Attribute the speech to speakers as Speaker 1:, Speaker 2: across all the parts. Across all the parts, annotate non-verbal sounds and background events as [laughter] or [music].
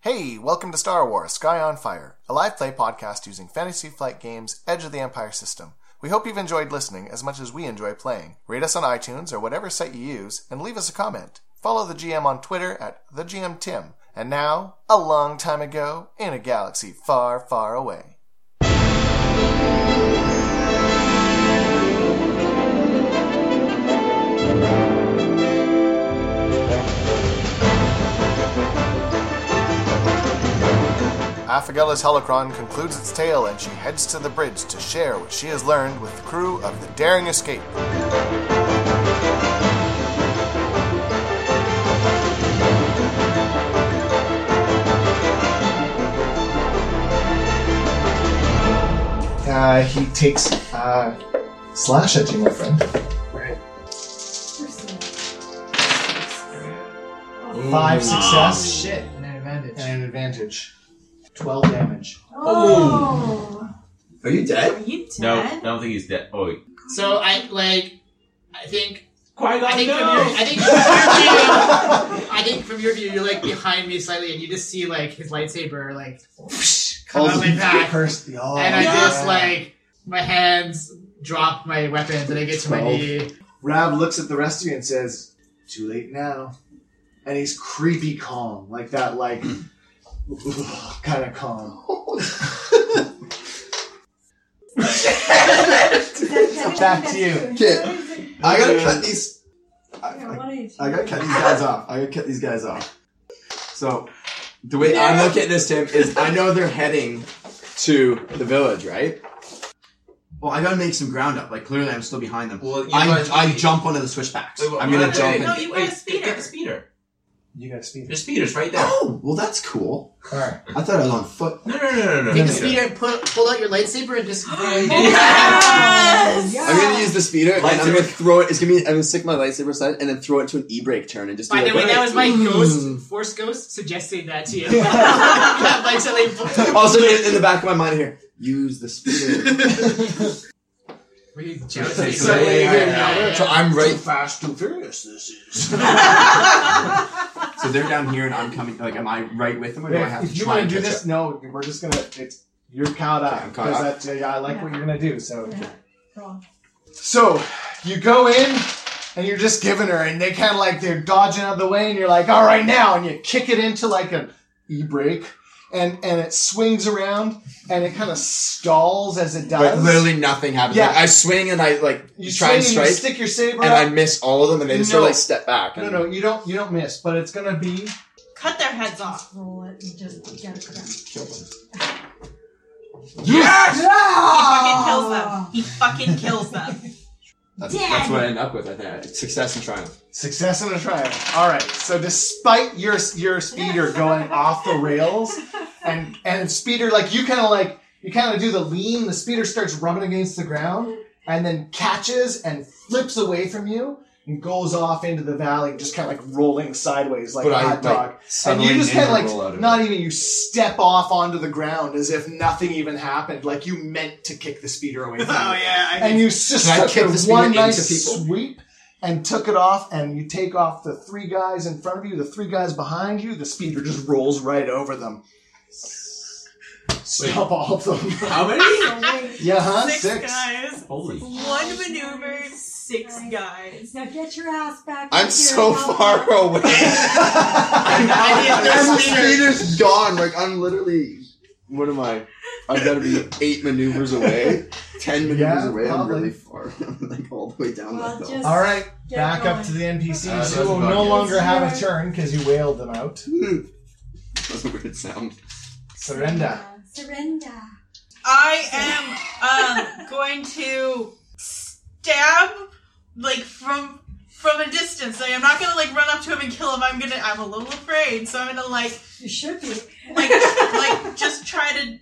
Speaker 1: Hey, welcome to Star Wars Sky on Fire, a live play podcast using Fantasy Flight Games' Edge of the Empire system. We hope you've enjoyed listening as much as we enjoy playing. Rate us on iTunes or whatever site you use and leave us a comment. Follow the GM on Twitter at TheGMTim. And now, a long time ago, in a galaxy far, far away. Afagella's holocron concludes its tale and she heads to the bridge to share what she has learned with the crew of the Daring Escape. Uh, he takes uh, slash at you, my friend. Five success
Speaker 2: Oh, Shit, and an advantage.
Speaker 1: and an advantage. Twelve damage.
Speaker 3: Oh.
Speaker 4: Are you dead?
Speaker 3: Are you dead?
Speaker 5: No, I don't think he's dead. Oh, wait.
Speaker 2: So I like, I think,
Speaker 6: Qui
Speaker 2: I
Speaker 6: Gon,
Speaker 2: think, from
Speaker 6: no!
Speaker 2: your, I think, from your view, I think from your view, you're like behind me slightly, and you just see like his lightsaber like whoosh, come out my back,
Speaker 1: Cursed the- oh,
Speaker 2: and I
Speaker 1: yeah.
Speaker 2: just like my hands drop my weapons, and I get to my
Speaker 1: Twelve.
Speaker 2: knee.
Speaker 1: Rab looks at the rest of you and says, "Too late now," and he's creepy calm, like that, like [clears throat] kind of calm. Back to you.
Speaker 3: Kid.
Speaker 4: I gotta cut these.
Speaker 3: Yeah,
Speaker 4: I,
Speaker 3: what are you
Speaker 4: I gotta cut these guys off. I gotta cut these guys off. So, the way I'm looking at this, Tim, is I know they're heading to the village, right? Well, I gotta make some ground up. Like, clearly, I'm still behind them.
Speaker 5: Well, you
Speaker 4: I,
Speaker 5: guys-
Speaker 4: I jump onto the switchbacks.
Speaker 5: Wait, wait,
Speaker 4: I'm gonna
Speaker 5: wait,
Speaker 4: jump.
Speaker 5: wait,
Speaker 4: in.
Speaker 3: No, you
Speaker 5: wait,
Speaker 3: got a speeder.
Speaker 5: Get the speeder.
Speaker 1: You guys speed.
Speaker 5: There's speeders right there.
Speaker 4: Oh, well, that's cool.
Speaker 1: All right.
Speaker 4: I thought I was on foot.
Speaker 5: No, no, no, no, no.
Speaker 2: Take the
Speaker 5: no.
Speaker 2: speeder and pull, pull out your lightsaber and just. [gasps]
Speaker 3: Yes!
Speaker 4: I'm gonna use the speeder, and I'm
Speaker 5: Lightsaber.
Speaker 4: gonna throw it. It's gonna be. I'm gonna stick my lightsaber aside, and then throw it to an e-brake turn, and just.
Speaker 2: By
Speaker 4: do
Speaker 2: the way,
Speaker 4: like,
Speaker 2: that was my
Speaker 4: "Ooh."
Speaker 2: ghost, force ghost, suggesting that to you. [laughs] like, so
Speaker 4: [laughs]
Speaker 2: they-
Speaker 4: Also, in, in the back of my mind here, use the speeder.
Speaker 2: Were you
Speaker 5: Okay,
Speaker 2: joking?
Speaker 5: so yeah, yeah, yeah,
Speaker 2: yeah.
Speaker 4: So I'm right
Speaker 6: fast, too furious. This is.
Speaker 4: So they're down here, and I'm coming. Like, am I right with them, or do I have to
Speaker 1: If you
Speaker 4: try
Speaker 1: want to do
Speaker 4: and catch
Speaker 1: this,
Speaker 4: up?
Speaker 1: no, we're just gonna. It's you're caught up
Speaker 4: Okay, I'm caught
Speaker 1: because
Speaker 4: up.
Speaker 1: that's- yeah, I like what you're gonna do. So,
Speaker 3: Yeah. Go on.
Speaker 1: so you go in and you're just giving her, and they kind of like they're dodging out of the way, and you're like, all right now, and you kick it into like an e brake, and and it swings around, and it kind of stalls as it does.
Speaker 4: But literally nothing happens.
Speaker 1: Yeah.
Speaker 4: Like, I swing and I like
Speaker 1: you
Speaker 4: try and
Speaker 1: swing you
Speaker 4: strike,
Speaker 1: stick your saber,
Speaker 4: and
Speaker 1: out.
Speaker 4: I miss all of them, and they just
Speaker 1: No.
Speaker 4: sort of like step back.
Speaker 1: no,
Speaker 4: and-
Speaker 1: no, you don't, you don't miss, but it's gonna be
Speaker 3: Cut their heads off. Roll it and just get it done.
Speaker 4: Yes! Ah!
Speaker 7: Oh.
Speaker 3: He fucking kills them.
Speaker 7: [laughs]
Speaker 3: He fucking kills them.
Speaker 4: That's, that's what I end up with. I think success and triumph.
Speaker 1: Success and a triumph. All right. So despite your your speeder going off the rails, and and speeder like you kind of like you kind of do the lean, the speeder starts rubbing against the ground, and then catches and flips away from you and goes off into the valley, just kind of like rolling sideways like
Speaker 4: but
Speaker 1: a
Speaker 4: I
Speaker 1: hot dog.
Speaker 4: like
Speaker 1: And
Speaker 4: suddenly
Speaker 1: you just
Speaker 4: ninja
Speaker 1: kind of
Speaker 4: roll out
Speaker 1: like
Speaker 4: of
Speaker 1: not
Speaker 4: it.
Speaker 1: even you step off onto the ground as if nothing even happened, like you meant to kick the speeder away.
Speaker 2: [laughs]
Speaker 1: From you
Speaker 2: Oh yeah, I
Speaker 1: and you just
Speaker 4: Can I
Speaker 1: took
Speaker 4: kick
Speaker 1: the
Speaker 4: this
Speaker 1: one
Speaker 4: finger into
Speaker 1: nice
Speaker 4: people?
Speaker 1: sweep and took it off, and you take off the three guys in front of you, the three guys behind you. The speeder just rolls right over them. Stop all of them. [laughs]
Speaker 5: How many?
Speaker 1: yeah, huh?
Speaker 3: Six,
Speaker 7: [laughs]
Speaker 1: Six.
Speaker 3: guys.
Speaker 5: Holy.
Speaker 3: One maneuver, six guys.
Speaker 7: Now get your ass back.
Speaker 4: I'm
Speaker 7: up
Speaker 4: so
Speaker 7: here, Mama.
Speaker 4: far [laughs] away.
Speaker 2: I need
Speaker 4: I'm
Speaker 2: another
Speaker 4: speeder. has gone. Like I'm literally. What am I? I've got to be eight maneuvers away, ten maneuvers
Speaker 1: Yeah,
Speaker 4: away. I'm
Speaker 1: probably.
Speaker 4: really far. [laughs] I'm like all the way down
Speaker 7: Well,
Speaker 4: that hill.
Speaker 7: just-
Speaker 1: [laughs] All right,
Speaker 7: Get
Speaker 1: back
Speaker 7: going.
Speaker 1: up to the
Speaker 4: Uh,
Speaker 1: NPCs
Speaker 4: that's
Speaker 1: who will
Speaker 4: about
Speaker 1: no
Speaker 4: it.
Speaker 1: longer have a
Speaker 7: Yeah.
Speaker 1: turn because you wailed them out.
Speaker 4: That's a weird sound.
Speaker 1: Surrender.
Speaker 7: Surrender.
Speaker 3: I am um going to stab like from from a distance. Like I'm not gonna like run up to him and kill him. I'm gonna I'm a little afraid, so I'm gonna like
Speaker 7: You should be.
Speaker 3: like like just try to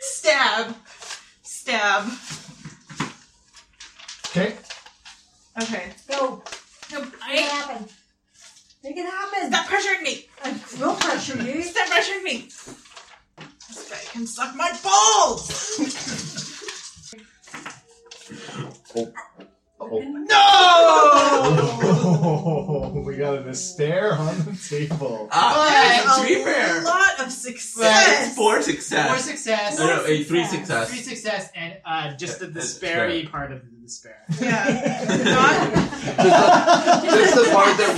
Speaker 3: stab stab.
Speaker 4: [laughs]
Speaker 1: Okay. [laughs]
Speaker 3: Okay.
Speaker 7: Go.
Speaker 3: No,
Speaker 7: Make it
Speaker 3: I
Speaker 7: happen. Make it happen.
Speaker 3: stop pressuring me.
Speaker 7: I will pressure you.
Speaker 3: Stop pressuring me. This guy can suck my balls.
Speaker 7: [laughs]
Speaker 1: Oh, we got a despair on the table.
Speaker 4: [laughs]
Speaker 5: Ah,
Speaker 3: But
Speaker 5: to be fair,
Speaker 3: a lot of
Speaker 5: it's
Speaker 3: success.
Speaker 5: four
Speaker 2: More
Speaker 5: success.
Speaker 2: success.
Speaker 5: No, no, a three
Speaker 7: Success.
Speaker 2: Three
Speaker 5: success.
Speaker 2: success and uh, just the
Speaker 5: Yeah, that's
Speaker 2: disparity part of the despair.
Speaker 3: Yeah.
Speaker 5: [laughs]
Speaker 3: [laughs]
Speaker 4: Just the part that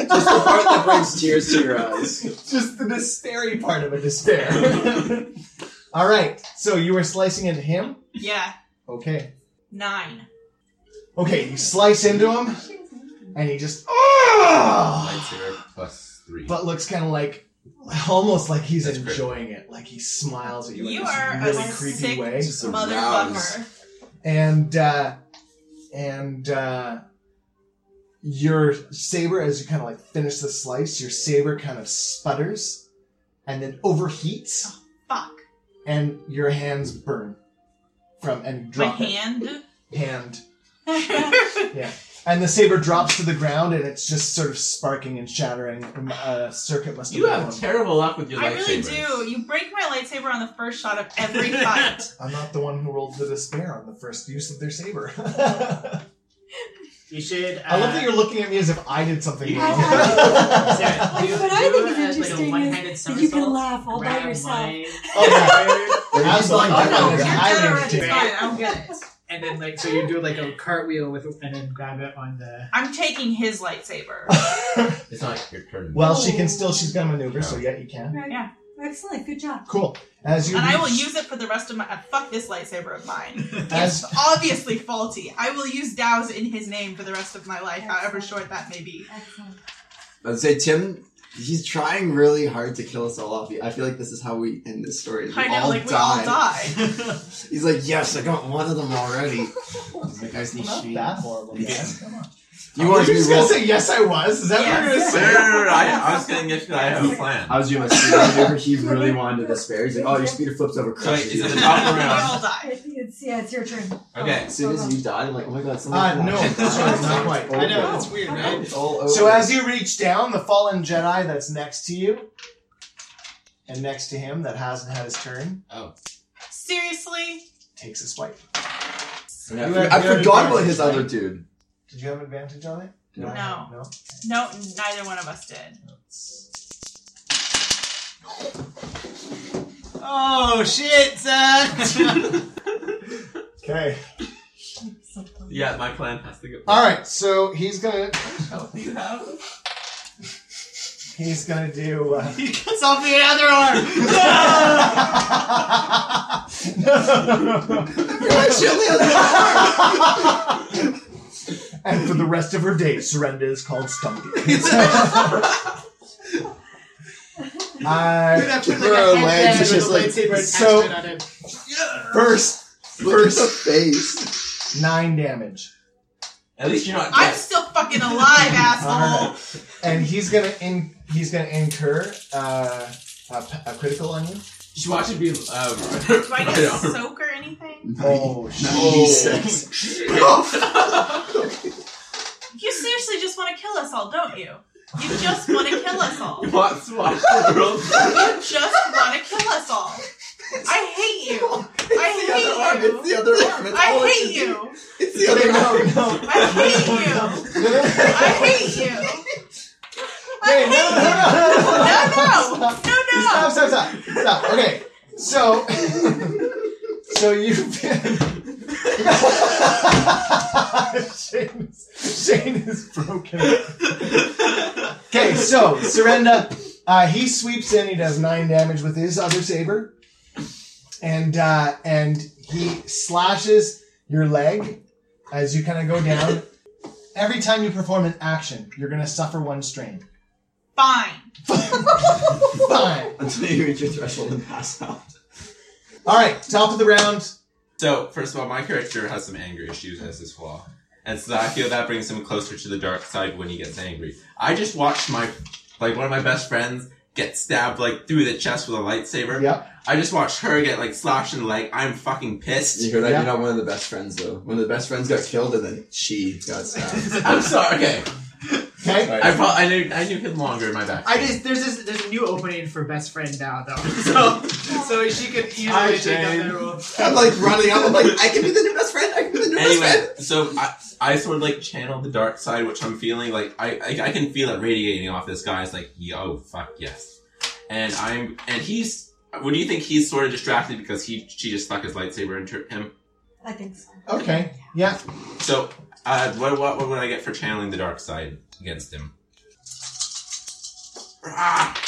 Speaker 4: really. just the part that brings tears to your eyes.
Speaker 1: Just the despair part of a despair. [laughs] All right. So you were slicing into him.
Speaker 3: yeah.
Speaker 1: Okay.
Speaker 3: Nine.
Speaker 1: Okay. You slice into him, and he just. "Ah!"
Speaker 5: Lightsaber plus three.
Speaker 1: But looks kind of like, almost like he's
Speaker 5: That's great.
Speaker 1: enjoying it. Like he smiles at you. in
Speaker 3: You
Speaker 1: this
Speaker 3: are a
Speaker 1: really creepy
Speaker 3: sick
Speaker 1: way.
Speaker 4: Just aroused.
Speaker 3: Motherfucker.
Speaker 1: and uh, and uh, your saber as you kind of like finish the slice your saber kind of sputters and then overheats
Speaker 3: Fuck.
Speaker 1: and your hands burn from and
Speaker 3: My
Speaker 1: drop it.
Speaker 3: hand. [laughs]
Speaker 1: hand and the saber drops to the ground and it's just sort of sparking and shattering a circuit must have
Speaker 5: you
Speaker 1: been
Speaker 5: have
Speaker 1: blown.
Speaker 5: terrible luck with your
Speaker 3: I really
Speaker 5: lightsabers.
Speaker 3: do. You break my lightsaber on the first shot of
Speaker 1: [laughs]
Speaker 3: every fight.
Speaker 1: i'm not the one who rolled the despair on the first use of their saber [laughs]
Speaker 2: You should. Uh,
Speaker 1: i love that you're looking at me as if i did something
Speaker 2: You-
Speaker 1: wrong
Speaker 2: Sarah,
Speaker 7: I
Speaker 2: do-
Speaker 7: think what I
Speaker 2: do
Speaker 7: think is
Speaker 2: a-
Speaker 7: interesting
Speaker 2: like a
Speaker 7: is
Speaker 2: one-handed
Speaker 7: that you
Speaker 2: somersault,
Speaker 7: can laugh all by
Speaker 2: grab
Speaker 7: yourself.
Speaker 2: mine, [laughs]
Speaker 1: okay Absolutely.
Speaker 4: Absolutely.
Speaker 1: I
Speaker 3: Oh
Speaker 1: don't
Speaker 3: no,
Speaker 1: know.
Speaker 3: you're
Speaker 1: I
Speaker 3: dead
Speaker 1: don't
Speaker 3: already. It's
Speaker 1: do
Speaker 2: it.
Speaker 3: fine. I don't get it.
Speaker 2: and then like so you do like a cartwheel with and then grab it on the.
Speaker 3: I'm taking his lightsaber.
Speaker 5: It's not your turn. [laughs]
Speaker 1: Well, she can still. She's got a maneuver, so yeah, you can.
Speaker 7: Right.
Speaker 3: Yeah.
Speaker 7: Excellent. Good job.
Speaker 1: Cool. As [laughs] you
Speaker 3: And I will
Speaker 1: reach-
Speaker 3: use it for the rest of my. Uh, fuck this lightsaber of mine.
Speaker 1: [laughs] As-
Speaker 3: It's obviously faulty. I will use Dow's in his name for the rest of my life, however short that may be.
Speaker 7: Excellent.
Speaker 4: I'd say Tim, he's trying really hard to kill us all off. I feel like this is how we end this story. is We
Speaker 3: I know,
Speaker 4: all
Speaker 3: like, we
Speaker 4: die.
Speaker 1: [laughs]
Speaker 3: all die. [laughs]
Speaker 4: He's like, yes, I got one of them already. The guys need
Speaker 1: not
Speaker 4: shame.
Speaker 1: that horrible.
Speaker 4: Yeah.
Speaker 1: guys. Come on.
Speaker 4: You want
Speaker 1: Were
Speaker 4: to
Speaker 1: you
Speaker 4: be
Speaker 1: just gonna
Speaker 4: roll?
Speaker 1: say yes? I was. Is that what you're gonna
Speaker 5: No,
Speaker 1: say?
Speaker 5: no, no, no, I, I was getting yes, but I have a plan.
Speaker 4: I was doing my [laughs] speed maneuver. He really wanted to despair. He's like, oh, your speeder flips over,
Speaker 5: So
Speaker 4: crushes
Speaker 5: it's
Speaker 4: you.
Speaker 5: at the top of the
Speaker 3: We
Speaker 5: round.
Speaker 3: all [laughs] die.
Speaker 7: It- It's, yeah, it's your turn.
Speaker 5: Okay.
Speaker 4: As soon as you die, I'm like, oh my
Speaker 1: Uh,
Speaker 4: god, someone.
Speaker 1: no,
Speaker 4: crashed.
Speaker 1: that's right, not quite. I know
Speaker 4: over.
Speaker 1: it's weird,
Speaker 7: Okay.
Speaker 1: right?
Speaker 4: It's all over.
Speaker 1: So as you reach down, the fallen Jedi that's next to you, and next to him that hasn't had his turn,
Speaker 3: Seriously?
Speaker 1: takes a swipe.
Speaker 4: Yeah,
Speaker 1: You have-
Speaker 4: I
Speaker 1: you have
Speaker 4: forgot about
Speaker 1: advantage,
Speaker 4: his
Speaker 1: right?
Speaker 4: other [laughs] dude.
Speaker 1: Did you have advantage on it?
Speaker 4: No.
Speaker 3: No.
Speaker 1: No.
Speaker 3: No, neither one of us did.
Speaker 2: Oh shit, Zach!
Speaker 1: Okay.
Speaker 7: Something.
Speaker 5: Yeah, my plan has to go.
Speaker 1: All right. So he's gonna
Speaker 5: Help you out.
Speaker 1: he's gonna do. Uh, [laughs]
Speaker 2: he cuts off the other [laughs] arm.
Speaker 1: and for the rest of her days, Surrender is called
Speaker 3: [laughs]
Speaker 1: Stumpy. uh,
Speaker 2: After, like,
Speaker 4: Her
Speaker 2: a headband
Speaker 4: legs, it's
Speaker 2: with
Speaker 4: just
Speaker 2: a
Speaker 4: like,
Speaker 2: lightsaber attachment
Speaker 1: so-
Speaker 2: on it.
Speaker 1: first
Speaker 4: Look at the face.
Speaker 1: nine damage,
Speaker 5: At least you're not
Speaker 3: I'm
Speaker 5: dead.
Speaker 3: still
Speaker 1: [laughs]
Speaker 3: fucking alive, asshole!
Speaker 1: and he's gonna in he's gonna incur uh, a, p- a critical on you.
Speaker 5: Just watch it be. Um, [laughs]
Speaker 3: Do I get [laughs]
Speaker 5: right on.
Speaker 3: soak or anything?
Speaker 1: Oh
Speaker 4: Jesus.
Speaker 5: [laughs]
Speaker 3: You seriously just want to kill us all, don't you? You just want to kill us all. You
Speaker 5: Watch, watch the world.
Speaker 3: just want to kill us all. I hate you. I hate you.
Speaker 4: It's the other arm. It's all
Speaker 3: I
Speaker 4: it
Speaker 3: hate
Speaker 4: should be.
Speaker 3: you.
Speaker 4: It's the other arm.
Speaker 1: no.
Speaker 3: I hate
Speaker 1: [laughs]
Speaker 3: you. I hate you.
Speaker 1: Hey, no, no, no, no, no, no.
Speaker 3: No, no. No,
Speaker 1: Stop,
Speaker 3: no.
Speaker 1: stop, stop. Stop. Okay. So So you Shane, is- [laughs] Shane is broken. Okay, so Surrenda, uh, he sweeps in, he does nine damage with his other saber. And uh, and he slashes your leg as you kind of go down. Every time you perform an action, you're gonna suffer one strain.
Speaker 3: Fine.
Speaker 1: Fine.
Speaker 4: [laughs] Until you reach your threshold and pass out.
Speaker 1: All right, top of the round.
Speaker 5: So, first of all, my character has some anger issues as his flaw. And so I feel that brings him closer to the dark side when he gets angry. I just watched my, like, one of my best friends get stabbed, like, through the chest with a lightsaber.
Speaker 1: Yep.
Speaker 5: I just watched her get, like, slashed in the leg. I'm fucking
Speaker 4: You [laughs]
Speaker 5: pissed.
Speaker 4: heard that?
Speaker 1: Yeah.
Speaker 4: You're not one of the [laughs] best friends, though. One of the best friends got killed, and then she got stabbed.
Speaker 5: I'm sorry, okay.
Speaker 2: Okay.
Speaker 5: I, pro- I knew I knew him longer in my back.
Speaker 2: I just there's this there's a new opening for best friend now though, [laughs] so so she could
Speaker 4: Hi,
Speaker 2: easily take up
Speaker 4: Shane.
Speaker 2: that role.
Speaker 4: I'm like running up. I'm like, I can be the new best friend. I can be the new best
Speaker 5: anyway,
Speaker 4: friend.
Speaker 5: so I, I sort of like channeled the dark side, which I'm feeling like I, I I can feel it radiating off this guy. It's like, yo, fuck yes. And I'm and he's. What do you think he's sort of distracted because he she just stuck his lightsaber into him?
Speaker 7: I think so.
Speaker 1: Okay. Yeah.
Speaker 5: So uh, what what what would I get for channeling the dark side against him? Ah!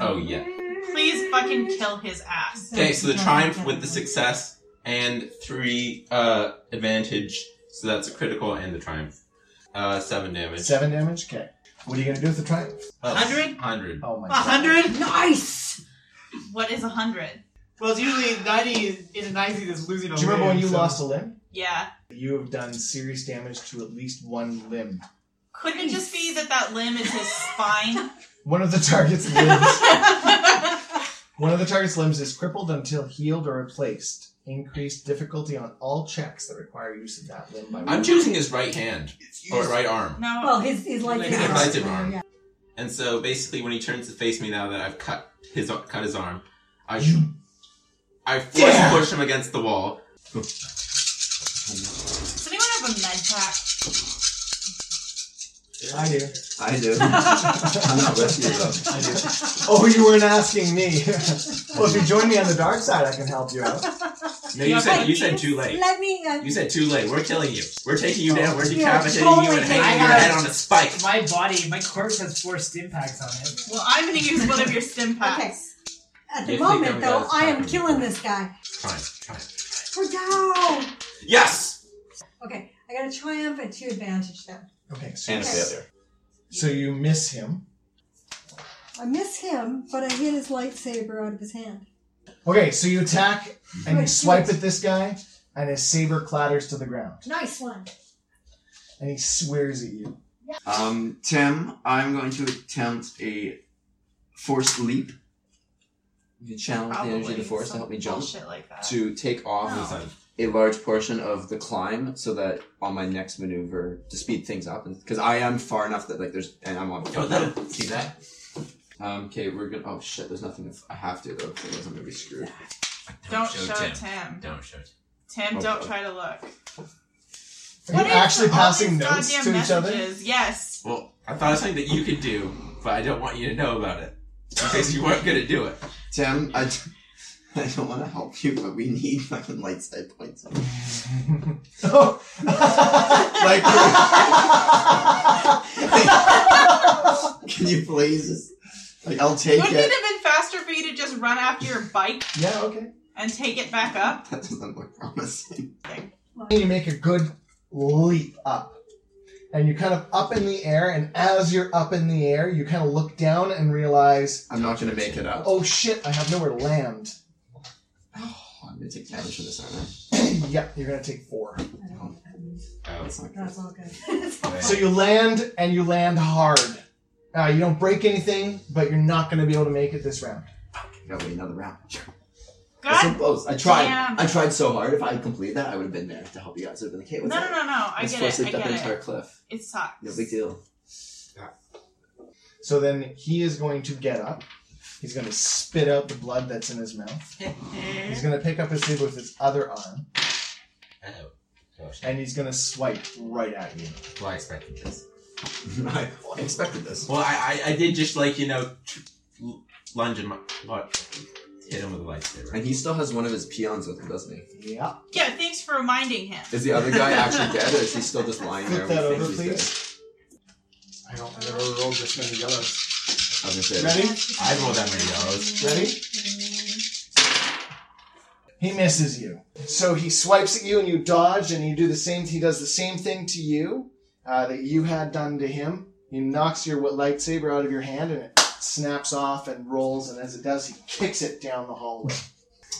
Speaker 5: Oh yeah.
Speaker 3: Please fucking kill his ass.
Speaker 5: Okay, so the triumph with the success and three uh, advantage. So that's a critical and the triumph. Uh, seven damage.
Speaker 1: Seven damage. Okay. What are you gonna do with the triumph?
Speaker 5: Oh,
Speaker 2: 100?
Speaker 5: Hundred.
Speaker 1: Oh my.
Speaker 3: A
Speaker 1: god.
Speaker 3: hundred?
Speaker 7: Nice!
Speaker 3: What is a hundred?
Speaker 2: Well, it's usually ninety in the nineties is losing. A
Speaker 1: Do you remember
Speaker 2: limb,
Speaker 1: when you
Speaker 2: so-
Speaker 1: lost a limb?
Speaker 3: Yeah.
Speaker 1: You have done serious damage to at least one limb.
Speaker 3: Couldn't it just be that that limb is
Speaker 1: [laughs]
Speaker 3: his spine?
Speaker 1: One of the target's limbs. One of the target's limbs is crippled until healed or replaced. Increased difficulty on all checks that require use of that limb by
Speaker 5: I'm choosing his right hand or right arm,
Speaker 3: no.
Speaker 7: Well, his, his
Speaker 2: Like
Speaker 7: lightsaber.
Speaker 5: his lightsaber
Speaker 7: arm,
Speaker 5: arm.
Speaker 7: Yeah.
Speaker 5: and so basically, when he turns to face me now that I've cut his cut his arm, I sh- I force push him against the wall.
Speaker 3: Does anyone have a med pack?
Speaker 1: I do.
Speaker 4: I [laughs] do. I'm not with you though.
Speaker 1: I do. [laughs] Oh, you weren't asking me. [laughs] well, if you join me on the dark side, I can help you out.
Speaker 5: No, you said you said too late.
Speaker 7: Let me. Uh,
Speaker 5: You said too late. We're killing you. We're taking you down. We're
Speaker 7: Yeah,
Speaker 5: decapitating you
Speaker 7: totally
Speaker 5: and
Speaker 7: taking
Speaker 5: hanging
Speaker 2: you
Speaker 5: your
Speaker 2: down.
Speaker 5: head on a spike.
Speaker 2: My body, my corpse has four stim packs on it.
Speaker 3: Well, I'm gonna use one of your stim
Speaker 7: okay.
Speaker 3: packs.
Speaker 7: At the
Speaker 5: You think
Speaker 7: moment,
Speaker 5: I'm
Speaker 7: though,
Speaker 5: gonna
Speaker 7: I am
Speaker 5: stop him.
Speaker 7: killing this guy.
Speaker 5: Try, try.
Speaker 7: We're down.
Speaker 5: Yes.
Speaker 7: Okay, I got a triumph and two advantage then.
Speaker 1: Okay, so,
Speaker 4: And a failure.
Speaker 1: so you miss him.
Speaker 7: I miss him, but I hit his lightsaber out of his hand.
Speaker 1: Okay, so you attack and you
Speaker 7: Right,
Speaker 1: swipe
Speaker 7: yes.
Speaker 1: at this guy, and his saber clatters to the ground,
Speaker 7: Nice one.
Speaker 1: and he swears at you.
Speaker 4: Um, Tim, I'm going to attempt a forced leap. You can channel the energy of the force to
Speaker 3: some
Speaker 4: help me jump.
Speaker 3: Bullshit like that.
Speaker 4: To take off
Speaker 3: No.
Speaker 4: a large portion of the climb, so that on my next maneuver to speed things up, because I am far enough that like there's and I'm on.
Speaker 5: Oh, that, see that?
Speaker 4: Um, okay, we're gonna. Oh shit, there's nothing. If I have to though, otherwise I'm gonna be screwed.
Speaker 3: Don't show Tim.
Speaker 5: Don't show Tim.
Speaker 3: Tim,
Speaker 4: Oh,
Speaker 3: don't
Speaker 4: God.
Speaker 3: try to look.
Speaker 1: Are you
Speaker 3: is
Speaker 1: actually
Speaker 3: all
Speaker 1: passing
Speaker 3: these
Speaker 1: notes to
Speaker 3: goddamn
Speaker 1: each other?
Speaker 3: messages? Yes.
Speaker 5: Well, I thought of something that you could do, but I don't want you to know about it in case you weren't gonna do it.
Speaker 4: Tim, I, d- [laughs] I don't want to help you, but we need fucking light side points. Like, [laughs] can you please? Just, like, I'll take
Speaker 3: Wouldn't it
Speaker 4: it.
Speaker 3: have been faster for you to just run after your bike
Speaker 1: [laughs] yeah, okay.
Speaker 3: and take it back up?
Speaker 4: That doesn't look promising.
Speaker 1: And you make a good leap up. And you're kind of up in the air, and as you're up in the air, you kind of look down and realize,
Speaker 4: I'm not gonna make it up.
Speaker 1: oh shit, I have nowhere to land. [coughs]
Speaker 4: Oh, I'm gonna take damage from this, aren't
Speaker 1: yeah, you're gonna take four.
Speaker 5: Oh,
Speaker 4: I? That's not good.
Speaker 7: That's all good. [laughs]
Speaker 1: So you land, and you land hard. Uh, you don't break anything, but you're not gonna be able to make it this round.
Speaker 4: Gotta wait another round. That's so
Speaker 3: God.
Speaker 4: close. I tried.
Speaker 3: damn.
Speaker 4: I tried so hard. If I had completed that, I would have been there to help you guys. I'd have been like, hey,
Speaker 3: No,
Speaker 4: what's
Speaker 3: no,
Speaker 4: up?
Speaker 3: no, no. I
Speaker 4: Let's
Speaker 3: get
Speaker 4: force
Speaker 3: it. I
Speaker 4: lift up an
Speaker 3: get
Speaker 4: entire
Speaker 3: it.
Speaker 4: cliff.
Speaker 3: It sucks.
Speaker 4: No big deal. [laughs]
Speaker 1: So then he is going to get up. He's going to spit out the blood that's in his mouth. He's going to pick up his dude with his other arm,
Speaker 5: Oh, gosh.
Speaker 1: and he's going to swipe right at you.
Speaker 5: Well, I expected this.
Speaker 4: I I expected this.
Speaker 5: Well, I, I, I did just like you know tr- l- lunge him, what, hit him with a lightsaber.
Speaker 4: And he still has one of his peons with him, doesn't he?
Speaker 1: Yeah.
Speaker 3: Yeah, thanks for reminding him.
Speaker 4: Is the other guy actually dead, or is he still just lying there?
Speaker 1: Flip
Speaker 4: and
Speaker 1: that
Speaker 4: we think
Speaker 1: over,
Speaker 4: he's dead?
Speaker 1: please.
Speaker 6: I don't I never rolled this many yellows.
Speaker 4: I was gonna say.
Speaker 1: Ready?
Speaker 5: I rolled that many yellows.
Speaker 1: Ready? He misses you. So he swipes at you, and you dodge, and you do the same. He does the same thing to you uh, that you had done to him. He knocks your lightsaber out of your hand, and it snaps off and rolls. And as it does, he kicks it down the hallway.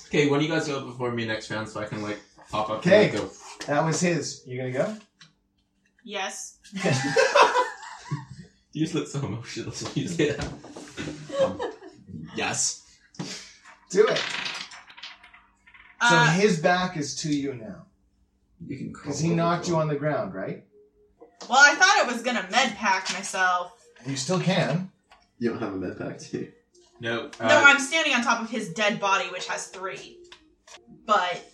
Speaker 5: Okay, when you guys go before me next round, so I can like pop up.
Speaker 1: Okay.
Speaker 5: And, like, go.
Speaker 1: That was his. You gonna go?
Speaker 3: Yes.
Speaker 5: You just look so emotional. [laughs] when You say that.
Speaker 4: Yes.
Speaker 1: Do it. So
Speaker 3: Uh,
Speaker 1: his back is to you now
Speaker 4: You can.
Speaker 1: because he knocked you on the ground, right?
Speaker 3: Well, I thought it was gonna med pack myself.
Speaker 1: You still can.
Speaker 4: You don't have a med pack, do you?
Speaker 5: No. Uh,
Speaker 3: no, I'm standing on top of his dead body, which has three. But,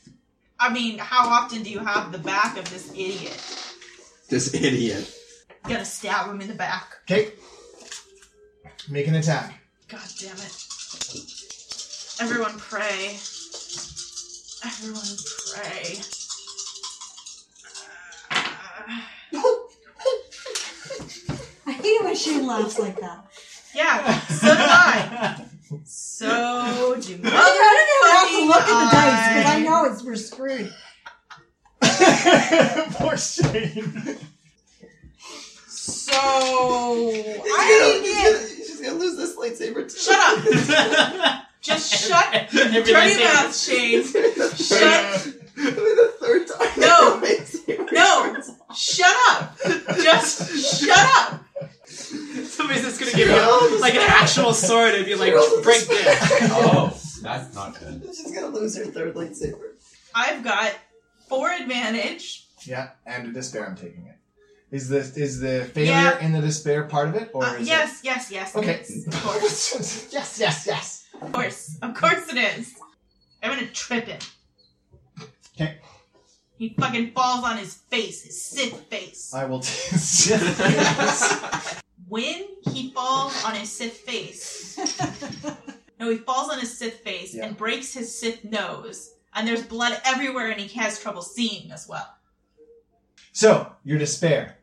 Speaker 3: I mean, how often do you have the back of this idiot?
Speaker 4: This idiot.
Speaker 3: Gonna stab him in the back.
Speaker 1: Okay. Make an attack.
Speaker 3: God damn it. Everyone pray. Everyone pray. [sighs] Uh,
Speaker 7: I hate it when Shane laughs like that.
Speaker 3: yeah, so do I. So do motherfucking
Speaker 7: I don't even have to look at the dice because I
Speaker 3: I.
Speaker 7: know it's, we're screwed.
Speaker 6: [laughs] Poor Shane.
Speaker 3: So I
Speaker 4: gonna, she's gonna lose this lightsaber too.
Speaker 3: get. Shut
Speaker 4: [laughs]
Speaker 3: up. Just [laughs] shut.
Speaker 2: Every
Speaker 3: Dirty
Speaker 2: lightsaber.
Speaker 3: mouth, Shane. Shut.
Speaker 4: the third time.
Speaker 3: No.
Speaker 4: [laughs] Lightsaber
Speaker 3: No.
Speaker 4: turns off.
Speaker 3: Shut up. [laughs] Just shut up.
Speaker 2: [laughs] Somebody's just gonna give you
Speaker 4: [laughs]
Speaker 2: a- like an actual sword and be like, break this.
Speaker 5: oh, that's not good.
Speaker 4: She's gonna lose her third lightsaber.
Speaker 3: I've got four advantage.
Speaker 1: Yeah, and a despair. I'm taking it. Is the is the failure
Speaker 3: Yeah.
Speaker 1: in the despair part of it, or
Speaker 3: Uh,
Speaker 1: is
Speaker 3: yes, yes, yes.
Speaker 1: Okay.
Speaker 3: Yes, of
Speaker 1: it?
Speaker 3: course.
Speaker 1: [laughs] yes, yes, yes.
Speaker 3: Of course. Of course it is. I'm gonna trip him.
Speaker 1: Okay.
Speaker 3: He fucking falls on his face, his Sith face.
Speaker 1: I will. [laughs] T-
Speaker 3: When he falls on his
Speaker 1: [laughs]
Speaker 3: Sith face, no, he falls on his Sith face
Speaker 1: Yeah.
Speaker 3: and breaks his Sith nose, and there's blood everywhere, and he has trouble seeing as well.
Speaker 1: so your despair.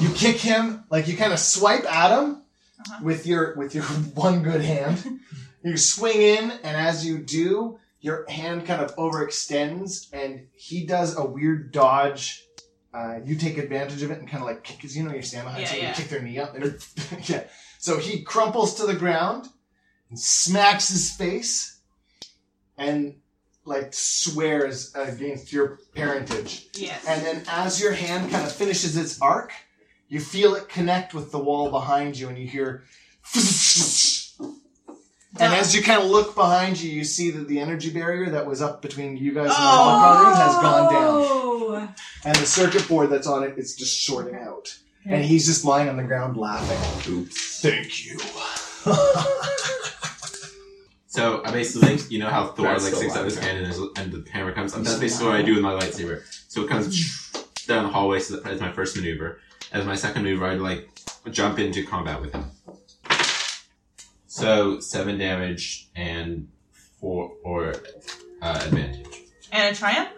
Speaker 1: You kick him like you kind of swipe at him
Speaker 3: Uh-huh.
Speaker 1: with your with your [laughs] one good hand. you swing in, and as you do, your hand kind of overextends, and he does a weird dodge. Uh, you take advantage of it and kind of like kick, because you know your stand behind,
Speaker 3: Yeah,
Speaker 1: so you
Speaker 3: yeah.
Speaker 1: kick their knee up. And [laughs] yeah. So he crumples to the ground and smacks his face and like swears against your parentage.
Speaker 3: Yes.
Speaker 1: And then as your hand kind of finishes its arc, you feel it connect with the wall behind you and you hear [laughs] And as you kind of look behind you, you see that the energy barrier that was up between you guys and the
Speaker 7: Oh.
Speaker 1: locker room Oh, has gone down.
Speaker 7: down.
Speaker 1: And the circuit board that's on it is just shorting out. And he's just lying on the ground laughing.
Speaker 5: Oops.
Speaker 1: Thank you.
Speaker 5: So I basically like you know how Thor
Speaker 4: That's
Speaker 5: like
Speaker 4: so
Speaker 5: sticks out his
Speaker 4: loud.
Speaker 5: hand and, his, and the hammer comes. That's basically what I do with my lightsaber. So it comes down the hallway. So that's my first maneuver. As my second maneuver, I like jump into combat with him. So seven damage and four or uh, advantage.
Speaker 3: And a triumph?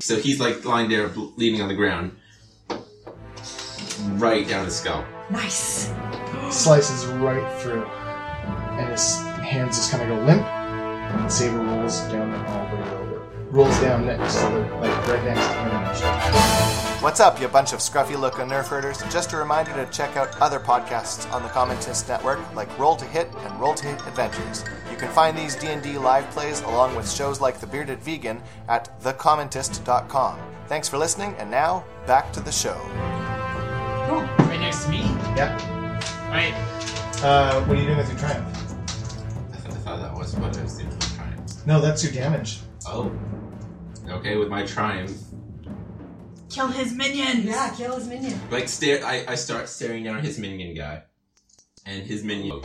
Speaker 5: So he's like lying there, bleeding on the ground, right down his skull.
Speaker 7: Nice.
Speaker 1: slices right through, and his hands just kind of go limp. And Saber rolls down all the way over. Rolls down next to the, like, right next to him. What's up, you bunch of scruffy looking nerf herders? Just a reminder to check out other podcasts on the Commentist Network, like Roll to Hit and Roll to Hit Adventures. You can find these D&D live plays along with shows like The Bearded Vegan at thecommentist.com. Thanks for listening, and now, back to the show.
Speaker 2: Right next to me?
Speaker 1: Yeah.
Speaker 2: Right.
Speaker 1: Uh, what are you doing with your triumph?
Speaker 5: I, th- I thought that was what I was doing. with Triumph.
Speaker 1: No, that's your damage.
Speaker 5: Oh, okay. With my triumph,
Speaker 3: Kill his minions.
Speaker 7: Yeah, kill his minion.
Speaker 5: Like stare, I, I start staring down his minion guy, and his minion,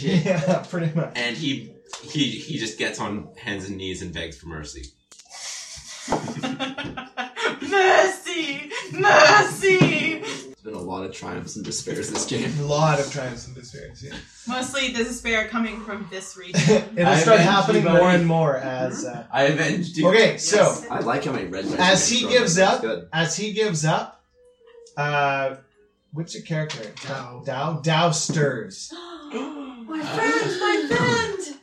Speaker 1: [laughs] Yeah, pretty much.
Speaker 5: and he he he just gets on hands and knees and begs for mercy.
Speaker 3: mercy! Mercy!
Speaker 4: There's been a lot of triumphs and despairs this game.
Speaker 1: A lot of triumphs and despairs. Yeah. [laughs]
Speaker 3: Mostly the despair coming from this region.
Speaker 1: It'll
Speaker 4: I
Speaker 1: start
Speaker 4: avenge
Speaker 1: happening
Speaker 4: you, buddy.
Speaker 1: more and more as. Uh,
Speaker 5: I avenged you.
Speaker 1: okay, so
Speaker 4: I like how many red. dice
Speaker 1: as
Speaker 4: are
Speaker 1: he
Speaker 4: thrown.
Speaker 1: gives
Speaker 4: That's
Speaker 1: up,
Speaker 4: good.
Speaker 1: as he gives up, uh, what's your character? Dow. Dow. Dow
Speaker 7: [gasps]
Speaker 1: stirs.
Speaker 7: my friend, my friend.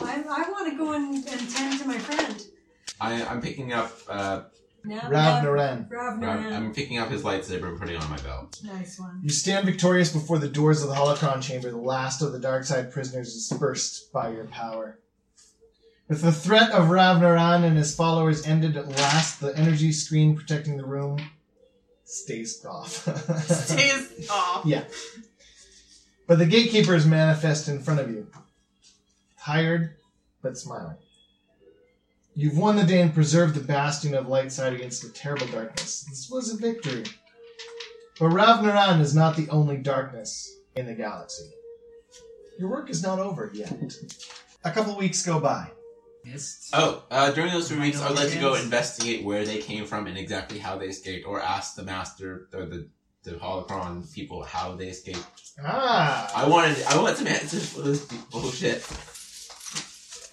Speaker 7: I, I want to go and, and tend to my friend.
Speaker 5: I, I'm picking up. Uh,
Speaker 7: Now,
Speaker 1: Ravnaren.
Speaker 5: I'm,
Speaker 7: Ravnaran.
Speaker 5: I'm picking up his lightsaber and putting it on my belt.
Speaker 7: Nice one.
Speaker 1: You stand victorious before the doors of the Holocron chamber, the last of the dark side prisoners dispersed by your power. With the threat of Ravnaran and his followers ended at last, the energy screen protecting the room stays off. [laughs]
Speaker 3: Stays off.
Speaker 1: Yeah. But the gatekeepers manifest in front of you. Tired, but smiling. You've won the day and preserved the bastion of light side against the terrible darkness. This was a victory. But Ravnaran is not the only darkness in the galaxy. Your work is not over yet. A couple weeks go by.
Speaker 2: Missed.
Speaker 5: Oh, uh, during those three weeks, I would like to go
Speaker 2: Yes.
Speaker 5: investigate where they came from and exactly how they escaped, or ask the master or the the holocron people how they escaped.
Speaker 1: Ah!
Speaker 5: I wanted, I want some answers for this bullshit.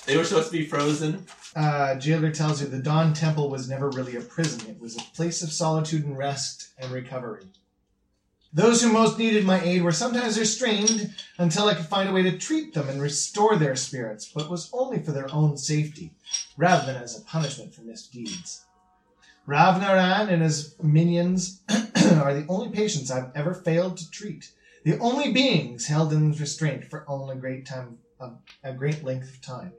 Speaker 5: They were supposed to be frozen.
Speaker 1: Uh, Jailer tells you the Dawn Temple was never really a prison. It was a place of solitude and rest and recovery. Those who most needed my aid were sometimes restrained until I could find a way to treat them and restore their spirits, but it was only for their own safety, rather than as a punishment for misdeeds. Ravnaran and his minions [clears throat] are the only patients I've ever failed to treat, the only beings held in restraint for only great time, a, a great length of time.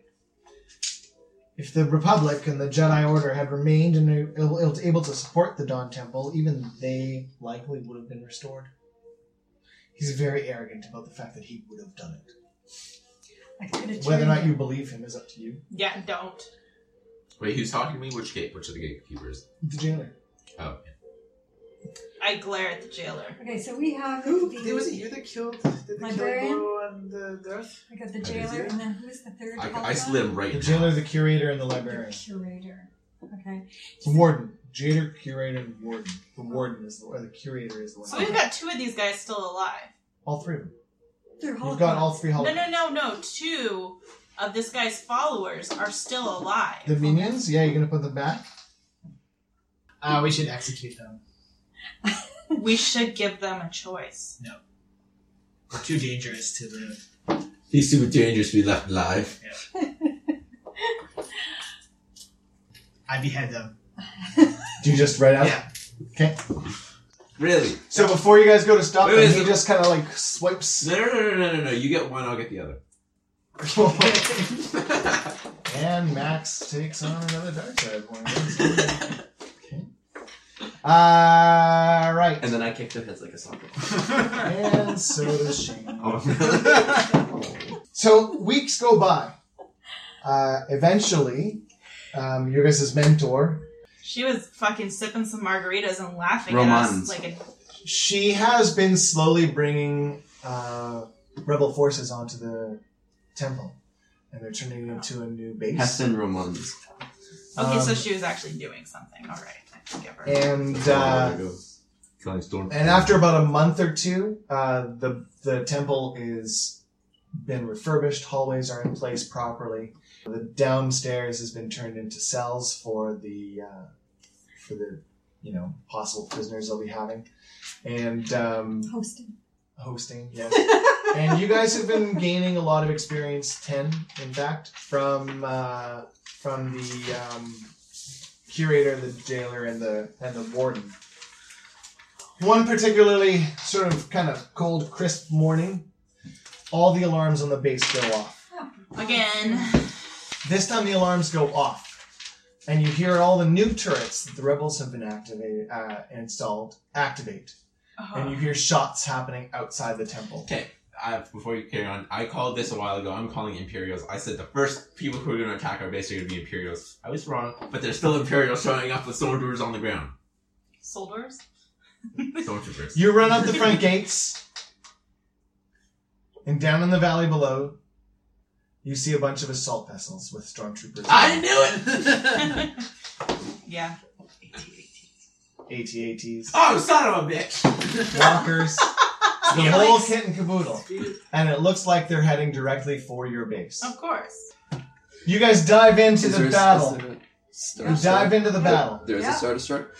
Speaker 1: If the Republic and the Jedi Order had remained and were ill- ill- able to support the Dawn Temple, even they likely would have been restored. He's very arrogant about the fact that he would have done it.
Speaker 7: I could have
Speaker 1: Whether or
Speaker 7: turned
Speaker 1: not
Speaker 7: it.
Speaker 1: you believe him is up to you.
Speaker 3: Yeah, don't.
Speaker 5: Wait, who's talking to me? Which gate? Which of the gatekeepers?
Speaker 1: The jailer.
Speaker 5: Oh,
Speaker 3: I glare at the jailer.
Speaker 7: Okay, so we have
Speaker 6: Who?
Speaker 7: the.
Speaker 6: Was it you that killed? Did the
Speaker 7: Librarian?
Speaker 6: Kilgore and the Darth?
Speaker 7: We got the
Speaker 5: That is
Speaker 7: jailer,
Speaker 6: it.
Speaker 7: and then who's the third?
Speaker 5: I,
Speaker 7: called
Speaker 5: I slid him right
Speaker 1: The
Speaker 5: now.
Speaker 1: jailer, the curator, and the
Speaker 7: one? The
Speaker 1: librarian.
Speaker 7: curator. Okay.
Speaker 1: The warden. Jailer, curator, and warden. The warden is the, or the curator is the
Speaker 3: So we've
Speaker 1: librarian.
Speaker 3: got two of these guys still alive.
Speaker 1: All three of them.
Speaker 7: They're
Speaker 1: You've got all three
Speaker 3: No,
Speaker 1: holograms.
Speaker 3: no, no, no. Two of this guy's followers are still alive.
Speaker 1: The minions? Yeah, you're gonna put them back?
Speaker 2: [laughs] Uh, we should execute them.
Speaker 3: We should give them a choice.
Speaker 2: They're too dangerous to live.
Speaker 5: He's super dangerous to be left alive.
Speaker 2: I behead them.
Speaker 1: Do you just right out?
Speaker 2: Yeah.
Speaker 5: Really?
Speaker 1: So before you guys go to stop
Speaker 5: Wait,
Speaker 1: them,
Speaker 5: wait,
Speaker 1: he
Speaker 5: so-
Speaker 1: just kind of like swipes.
Speaker 5: No, no, no, no, no, no, no. You get one, I'll get the other.
Speaker 1: [laughs] And Max takes on another dark side one. Uh, right.
Speaker 5: and then I kick their heads like a soccer ball.
Speaker 1: And so does Shane.
Speaker 5: Oh,
Speaker 1: [laughs]
Speaker 5: really?
Speaker 1: So weeks go by. Uh, eventually, um, your guys' mentor,
Speaker 3: She was fucking sipping some margaritas and laughing
Speaker 4: Romans.
Speaker 3: at us like a
Speaker 1: she has been slowly bringing uh, rebel forces onto the temple, and they're turning it into a new base.
Speaker 4: [laughs] Heston Romans.
Speaker 3: Okay, so
Speaker 1: Um,
Speaker 3: she was actually doing something. All right, I forgive her.
Speaker 1: And uh,
Speaker 5: Killing storm.
Speaker 1: And after about a month or two, uh, the the temple is been refurbished. Hallways are in place properly. The downstairs has been turned into cells for the uh, for the you know possible prisoners they'll be having, and um,
Speaker 7: Hosting.
Speaker 1: hosting. Yes. [laughs] and you guys have been gaining a lot of experience. Ten, in fact, from uh, from the um, curator, the jailer, and the and the warden. One particularly sort of kind of cold, crisp morning, all the alarms on the base go off.
Speaker 3: Again,
Speaker 1: This time the alarms go off, and you hear all the new turrets that the rebels have been activated, uh, installed, activate,
Speaker 3: Oh,
Speaker 1: and you hear shots happening outside the temple.
Speaker 5: Okay, I, before you carry on, I called this a while ago. I'm calling Imperials. I said the first people who are going to attack our base are going to be Imperials. I was wrong, but there's still Imperials showing up with soldiers on the ground.
Speaker 3: soldiers.
Speaker 5: Stormtroopers.
Speaker 1: You run up the front gates, and down in the valley below, you see a bunch of assault vessels with stormtroopers.
Speaker 5: I knew it! [laughs]
Speaker 3: yeah.
Speaker 1: AT-ATs,
Speaker 5: oh, son of a
Speaker 1: [laughs]
Speaker 5: bitch!
Speaker 1: walkers, the
Speaker 5: Yeah.
Speaker 1: whole kit and caboodle. And it looks like they're heading directly for your base.
Speaker 3: Of course.
Speaker 1: You guys dive into the battle.
Speaker 4: Star
Speaker 1: You dive into the battle.
Speaker 4: There's
Speaker 7: Yeah.
Speaker 4: a Star Destroyer.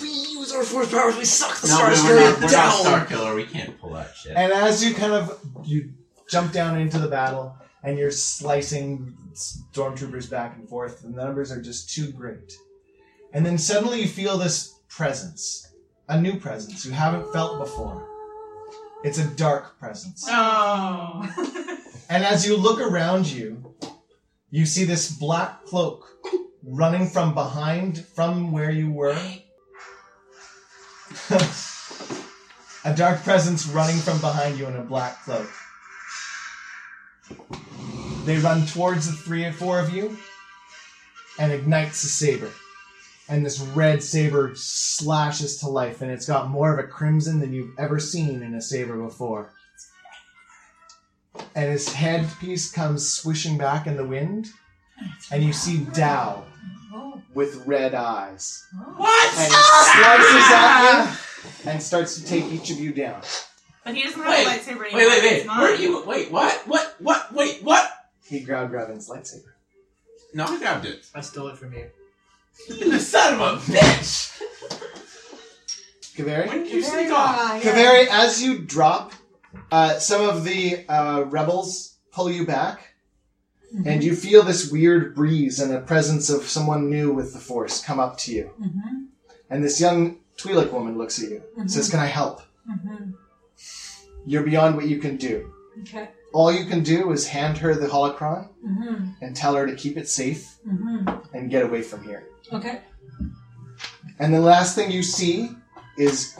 Speaker 8: We use our force powers. We suck the
Speaker 5: No,
Speaker 8: Star
Speaker 5: we're,
Speaker 8: Destroyer
Speaker 5: not, we're not
Speaker 8: down.
Speaker 5: Star Killer. We can't pull that shit.
Speaker 1: And as you kind of you jump down into the battle and you're slicing stormtroopers back and forth, the numbers are just too great. And then suddenly you feel this presence, a new presence you haven't felt before. It's a dark presence.
Speaker 3: Oh.
Speaker 5: [laughs]
Speaker 1: And as you look around you, you see this black cloak running from behind from where you were. [laughs] a dark presence running from behind you in a black cloak. They run towards the three or four of you. and ignites the saber. And this red saber slashes to life, and it's got more of a crimson than you've ever seen in a saber before. And his headpiece comes swishing back in the wind, and you see Dao
Speaker 7: Oh,
Speaker 1: with red eyes.
Speaker 7: [laughs]
Speaker 3: What?
Speaker 1: And he slices at you and starts to take each of you down.
Speaker 3: But he doesn't have
Speaker 5: Wait,
Speaker 3: a lightsaber anymore.
Speaker 5: Wait, wait,
Speaker 3: It's
Speaker 5: wait.
Speaker 3: mine.
Speaker 5: Where are you? Wait, what? What? What? Wait, what?
Speaker 1: He grabbed Revan's lightsaber.
Speaker 5: No, I grabbed it. [laughs]
Speaker 9: I stole it from you.
Speaker 5: You son of a bitch!
Speaker 1: Kaveri?
Speaker 5: When did you
Speaker 7: Kaveri
Speaker 5: sneak
Speaker 7: or
Speaker 5: off?
Speaker 7: I, uh, yeah.
Speaker 1: Kaveri, as you drop, uh, some of the uh, rebels pull you back,
Speaker 7: Mm-hmm.
Speaker 1: and you feel this weird breeze and the presence of someone new with the Force come up to you.
Speaker 7: Mhm.
Speaker 1: And this young Twi'lek woman looks at you,
Speaker 7: Mm-hmm.
Speaker 1: says, Can I help?
Speaker 7: Mhm.
Speaker 1: You're beyond what you can do.
Speaker 7: Okay.
Speaker 1: All you can do is hand her the holocron
Speaker 7: Mhm.
Speaker 1: and tell her to keep it safe
Speaker 7: Mhm.
Speaker 1: and get away from here.
Speaker 7: Okay.
Speaker 1: And the last thing you see is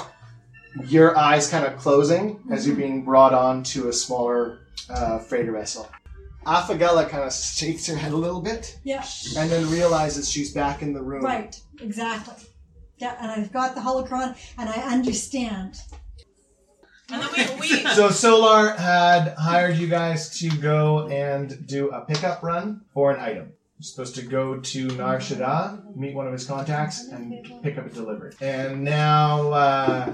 Speaker 1: your eyes kind of closing as you're being brought on to a smaller uh, freighter vessel. Afagella kind of shakes her head a little bit
Speaker 7: Yeah.
Speaker 1: and then realizes she's back in the room.
Speaker 7: Right. Exactly. Yeah, and I've got the holocron, and I understand.
Speaker 3: And then we, we
Speaker 1: So Solar had hired you guys to go and do a pickup run for an item. You're supposed to go to Nar Shaddaa, meet one of his contacts, and pick up a delivery. And now uh,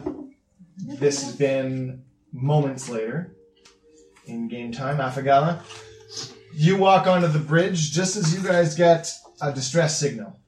Speaker 1: this has been moments later in game time, Afagala. You walk onto the bridge just as you guys get a distress signal.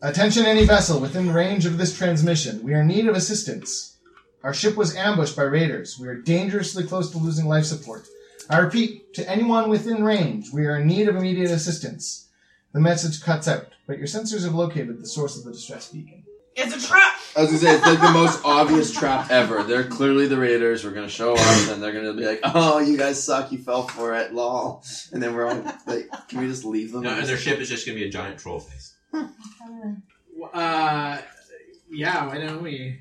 Speaker 1: Attention any vessel within range of this transmission. We are in need of assistance. Our ship was ambushed by raiders. We are dangerously close to losing life support. I repeat, to anyone within range, we are in need of immediate assistance. The message cuts out, but your sensors have located the source of the distress beacon.
Speaker 3: it's a trap.
Speaker 4: I was gonna say it's like the most obvious trap ever. They're clearly the Raiders. We're gonna show up, and they're gonna be like, "Oh, you guys suck. You fell for it, lol." And then we're all like, "Can we just leave them?"
Speaker 5: No, and their ship is just gonna be a giant troll face.
Speaker 9: Uh, yeah. Why don't we?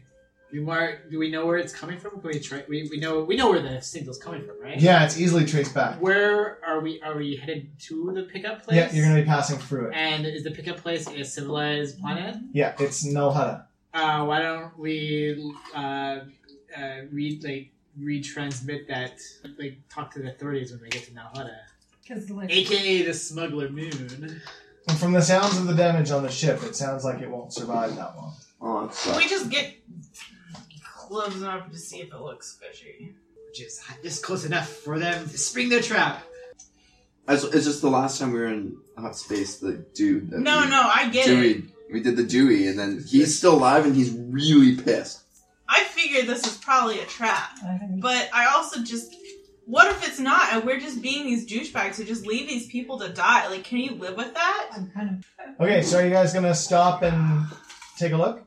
Speaker 9: Do, more, do we know where it's coming from? Can we try? We, we know we know where the signal's coming from, right?
Speaker 1: Yeah, it's easily traced back.
Speaker 9: Where are we? Are we headed to the pickup place?
Speaker 1: Yeah, you're going to be passing through it.
Speaker 9: And is the pickup place a civilized planet?
Speaker 1: Yeah, it's Nulhada.
Speaker 9: Uh, why don't we uh, uh, read like retransmit that? Like talk to the authorities when we get to Nahada,
Speaker 7: Because like,
Speaker 9: aka the Smuggler Moon.
Speaker 1: And from the sounds of the damage on the ship, it sounds like it won't survive that long.
Speaker 4: Oh, it
Speaker 3: Can
Speaker 4: sucks.
Speaker 3: we just get close enough to see if it looks fishy?
Speaker 9: Which is just close enough for them to spring their trap.
Speaker 4: It's, it's just the last time we were in hot space. The dude. that
Speaker 3: No,
Speaker 4: we,
Speaker 3: no, I get
Speaker 4: Dewey.
Speaker 3: it.
Speaker 4: We did the Dewey, and then he's still alive, and he's really pissed.
Speaker 3: I figured this is probably a trap.
Speaker 7: I think-
Speaker 3: But I also just. What if it's not? And we're just being these douchebags who just leave these people to die. Like, can you live with that?
Speaker 7: I'm kind of
Speaker 1: Okay, so are you guys going to stop and take a look?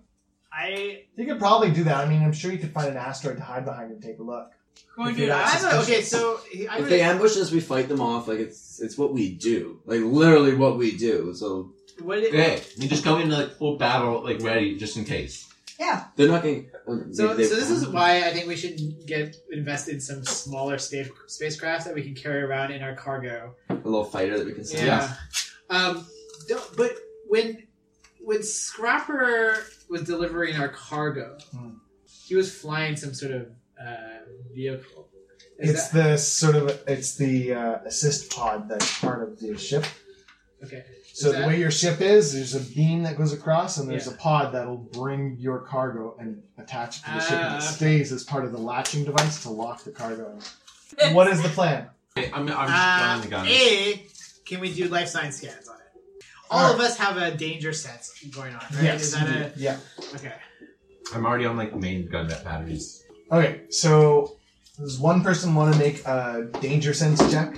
Speaker 9: I
Speaker 1: You could probably do that. I mean, I'm sure you could find an asteroid to hide behind and take a look.
Speaker 3: Going
Speaker 1: If
Speaker 3: to
Speaker 1: you're not
Speaker 3: die?
Speaker 9: I don't know, okay. So I
Speaker 4: If
Speaker 9: would,
Speaker 4: they ambush us, we fight them off. Like it's it's what we do. Like literally what we do. So
Speaker 9: what did-
Speaker 5: Okay, you just go into like full battle, like ready, just in case.
Speaker 4: they're not gonna.
Speaker 9: So,
Speaker 4: they-
Speaker 9: so this is why I think we should get invest in some smaller space spacecraft that we can carry around in our cargo.
Speaker 4: a little fighter that we can send.
Speaker 9: Yeah. Um, don't- but when when Scrapper was delivering our cargo,
Speaker 1: Hmm.
Speaker 9: he was flying some sort of uh, vehicle. Is
Speaker 1: It's
Speaker 9: that-
Speaker 1: the sort of it's the uh, assist pod that's part of the ship.
Speaker 9: okay. Is
Speaker 1: So the
Speaker 9: that-
Speaker 1: way your ship is, there's a beam that goes across, and there's
Speaker 9: Yeah.
Speaker 1: a pod that'll bring your cargo and attach it to the ship, and
Speaker 9: Ah,
Speaker 1: it
Speaker 9: okay.
Speaker 1: stays as part of the latching device to lock the
Speaker 9: [laughs]
Speaker 1: cargo. in. what is the plan?
Speaker 5: Okay, I'm, I'm just
Speaker 9: Uh,
Speaker 5: running the gun.
Speaker 9: A, can we do life science scans on it? All of us have a danger sense going on, right? Is
Speaker 1: you
Speaker 9: that
Speaker 1: do. yeah.
Speaker 9: a okay?
Speaker 5: I'm already on like main gun bat batteries.
Speaker 1: Okay, so does one person want to make a danger sense check?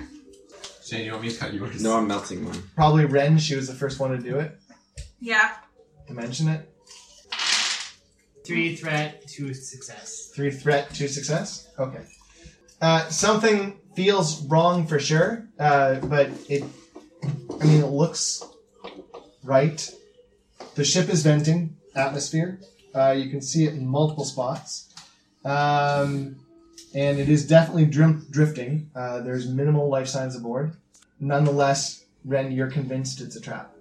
Speaker 5: Shane, you want me to cut yours?
Speaker 4: No, I'm melting one.
Speaker 1: Probably Ren. She was the first one to do it
Speaker 3: Yeah.
Speaker 1: to mention it.
Speaker 9: Three threat, two success.
Speaker 1: Three threat, two success. Okay. Uh, something feels wrong for sure, uh, but it. I mean, it looks right. The ship is venting atmosphere. Uh, you can see it in multiple spots, um, and it is definitely drim- drifting. Uh, there's minimal life signs aboard. Nonetheless, Ren, you're convinced it's a trap.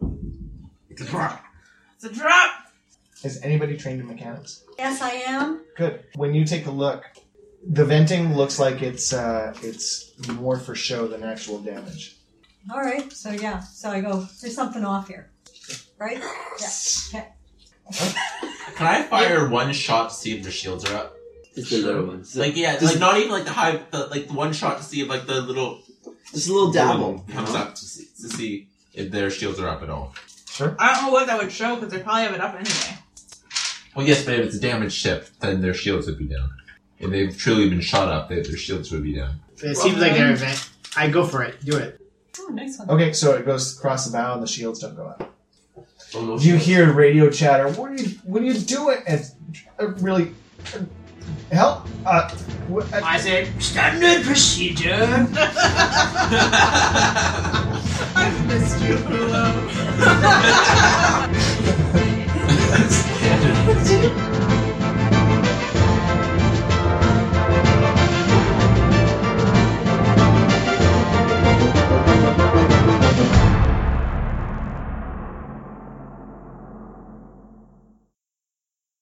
Speaker 5: It's a drop.
Speaker 3: It's a drop.
Speaker 1: Is anybody trained in mechanics?
Speaker 7: Yes, I am.
Speaker 1: Good. When you take a look, the venting looks like it's uh, it's more for show than actual damage.
Speaker 7: All right. So yeah. So I go. There's something off here, right? Yeah. Okay.
Speaker 5: Can I fire one shot to see if their shields are up?
Speaker 10: It's the little one. It's
Speaker 5: Like, yeah,
Speaker 10: Does-
Speaker 5: like not even like the high, the, like the one shot to see if like the little
Speaker 10: just a little dabble.
Speaker 5: comes up to see, to see if their shields are up at all.
Speaker 3: I don't know what that would show because they probably have it up anyway.
Speaker 5: Well, yes, but if it's a damaged ship, then their shields would be down. If they've truly been shot up, they, their shields would be down.
Speaker 2: It seems like they're event. I go for it. Do it.
Speaker 7: Oh, nice one.
Speaker 1: Okay, so it goes across the bow and the shields don't go up.
Speaker 5: Almost
Speaker 1: You hear radio chatter. What are you? What are you doing? And uh, really, uh, help! Uh, wh- uh,
Speaker 2: I say standard procedure.
Speaker 3: I've missed you, Hulu.